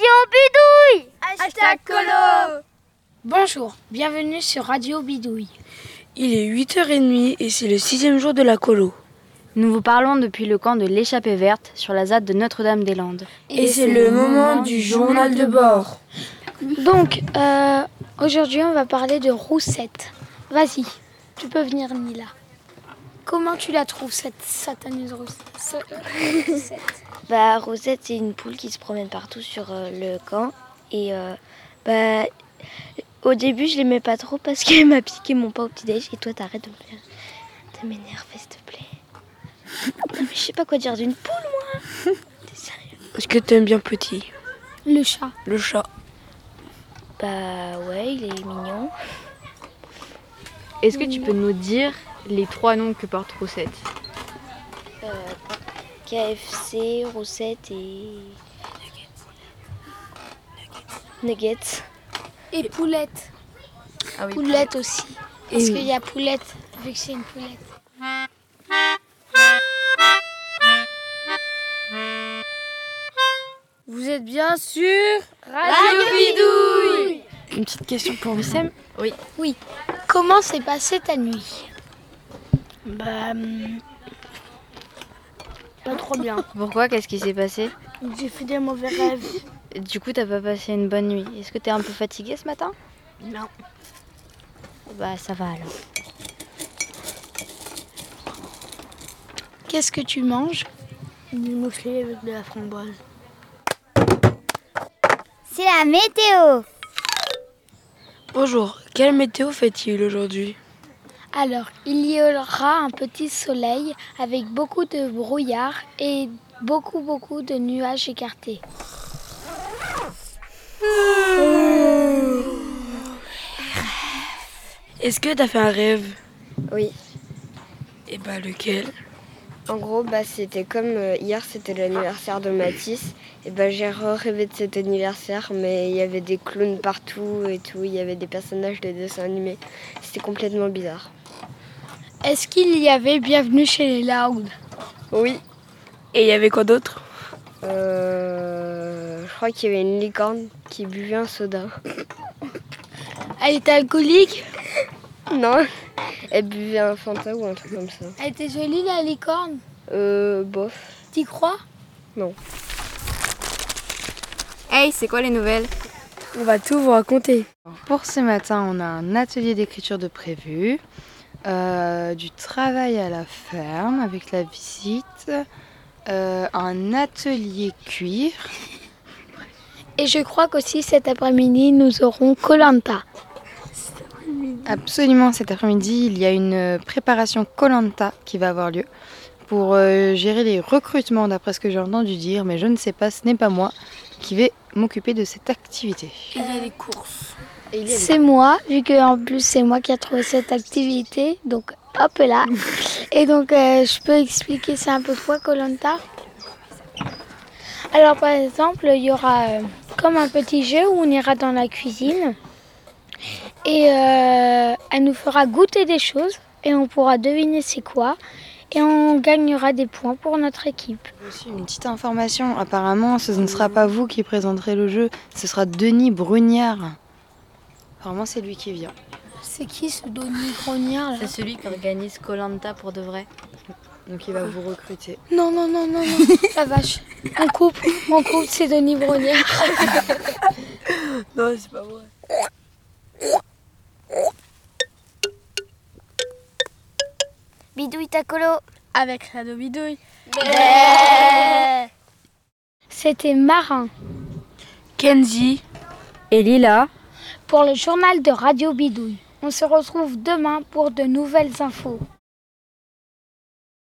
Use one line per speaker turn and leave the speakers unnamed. Bidouille
Hashtag colo
Bonjour, bienvenue sur Radio Bidouille.
Il est 8h30 et c'est le sixième jour de la colo.
Nous vous parlons depuis le camp de l'échappée verte sur la ZAD de Notre-Dame-des-Landes.
Et c'est le moment du journal de bord.
Donc, euh, aujourd'hui, on va parler de Roussette. Vas-y, tu peux venir, Nila. Comment tu la trouves, cette sataneuse Roussette Ce- Roussette.
Bah, Rosette, c'est une poule qui se promène partout sur euh, le camp. Et euh, bah, au début, je l'aimais pas trop parce qu'elle m'a piqué mon pain au petit-déj. Et toi, t'arrêtes de me faire. De m'énerver, s'il te plaît. Non, mais je sais pas quoi dire d'une poule, moi. T'es sérieux
Est-ce que t'aimes bien petit
Le chat.
Le chat.
Bah, ouais, il est mignon.
Est-ce que tu peux nous dire les trois noms que porte Roussette
Euh, KFC, Rosette et. Nuggets.
Et Poulette.
Ah oui.
Poulette aussi. Parce qu'il y a Poulette, vu que c'est une poulette.
Vous êtes bien sûr
Une petite question pour Wissem.
Comment s'est passée ta nuit
Bah. Pas trop bien.
Pourquoi Qu'est-ce qui s'est passé
J'ai fait des mauvais rêves.
Du coup, t'as pas passé une bonne nuit. Est-ce que t'es un peu fatigué ce matin
Non.
Bah, ça va alors.
Qu'est-ce que tu manges
Des mouflés avec de la framboise.
C'est la météo
Bonjour, quelle météo fait-il aujourd'hui
Alors, il y aura un petit soleil avec beaucoup de brouillard et beaucoup, beaucoup de nuages écartés.
Est-ce que t'as fait un rêve
Oui.
Et bah lequel
En gros, bah, c'était comme euh, hier, c'était l'anniversaire de Matisse. Et bah, j'ai rêvé de cet anniversaire, mais il y avait des clowns partout et tout. Il y avait des personnages de dessins animés. C'était complètement bizarre.
Est-ce qu'il y avait bienvenue chez les Loud
Oui.
Et il y avait quoi d'autre
Euh, je crois qu'il y avait une licorne qui buvait un soda.
Elle était alcoolique
Non, elle buvait un Fanta ou un truc comme ça.
Elle était jolie la licorne
Euh, bof.
T'y crois
Hey, c'est quoi les nouvelles
On va tout vous raconter.
Pour ce matin, on a un atelier d'écriture de prévu, euh, du travail à la ferme avec la visite, euh, un atelier cuir.
Et je crois qu'aussi cet après-midi, nous aurons Colanta.
Absolument, cet après-midi, il y a une préparation Colanta qui va avoir lieu pour euh, gérer les recrutements, d'après ce que j'ai entendu dire, mais je ne sais pas, ce n'est pas moi qui vais m'occuper de cette activité.
Il y a des courses.
Et il y avait-
C'est moi, vu que en plus c'est moi qui a trouvé cette activité, donc hop là. Et donc euh, je peux expliquer c'est un peu quoi Colanta Alors par exemple, il y aura euh, comme un petit jeu où on ira dans la cuisine et euh, elle nous fera goûter des choses et on pourra deviner c'est quoi et on gagnera des points pour notre équipe.
Aussi, Une petite information, apparemment ce ne sera pas vous qui présenterez le jeu, ce sera Denis Brugnard. Apparemment c'est lui qui vient.
C'est qui ce Donny Grognard là
C'est celui qui organise Colanta pour de vrai.
Donc il va vous recruter.
Non, non, non, non, non, la vache. Mon couple, mon couple c'est Denis Brognard.
Non, c'est pas vrai.
Bidouille ta colo
Avec Radio Bidouille.
C'était Marin
Kenzie,
Et Lila
pour le journal de Radio Bidouille. On se retrouve demain pour de nouvelles infos.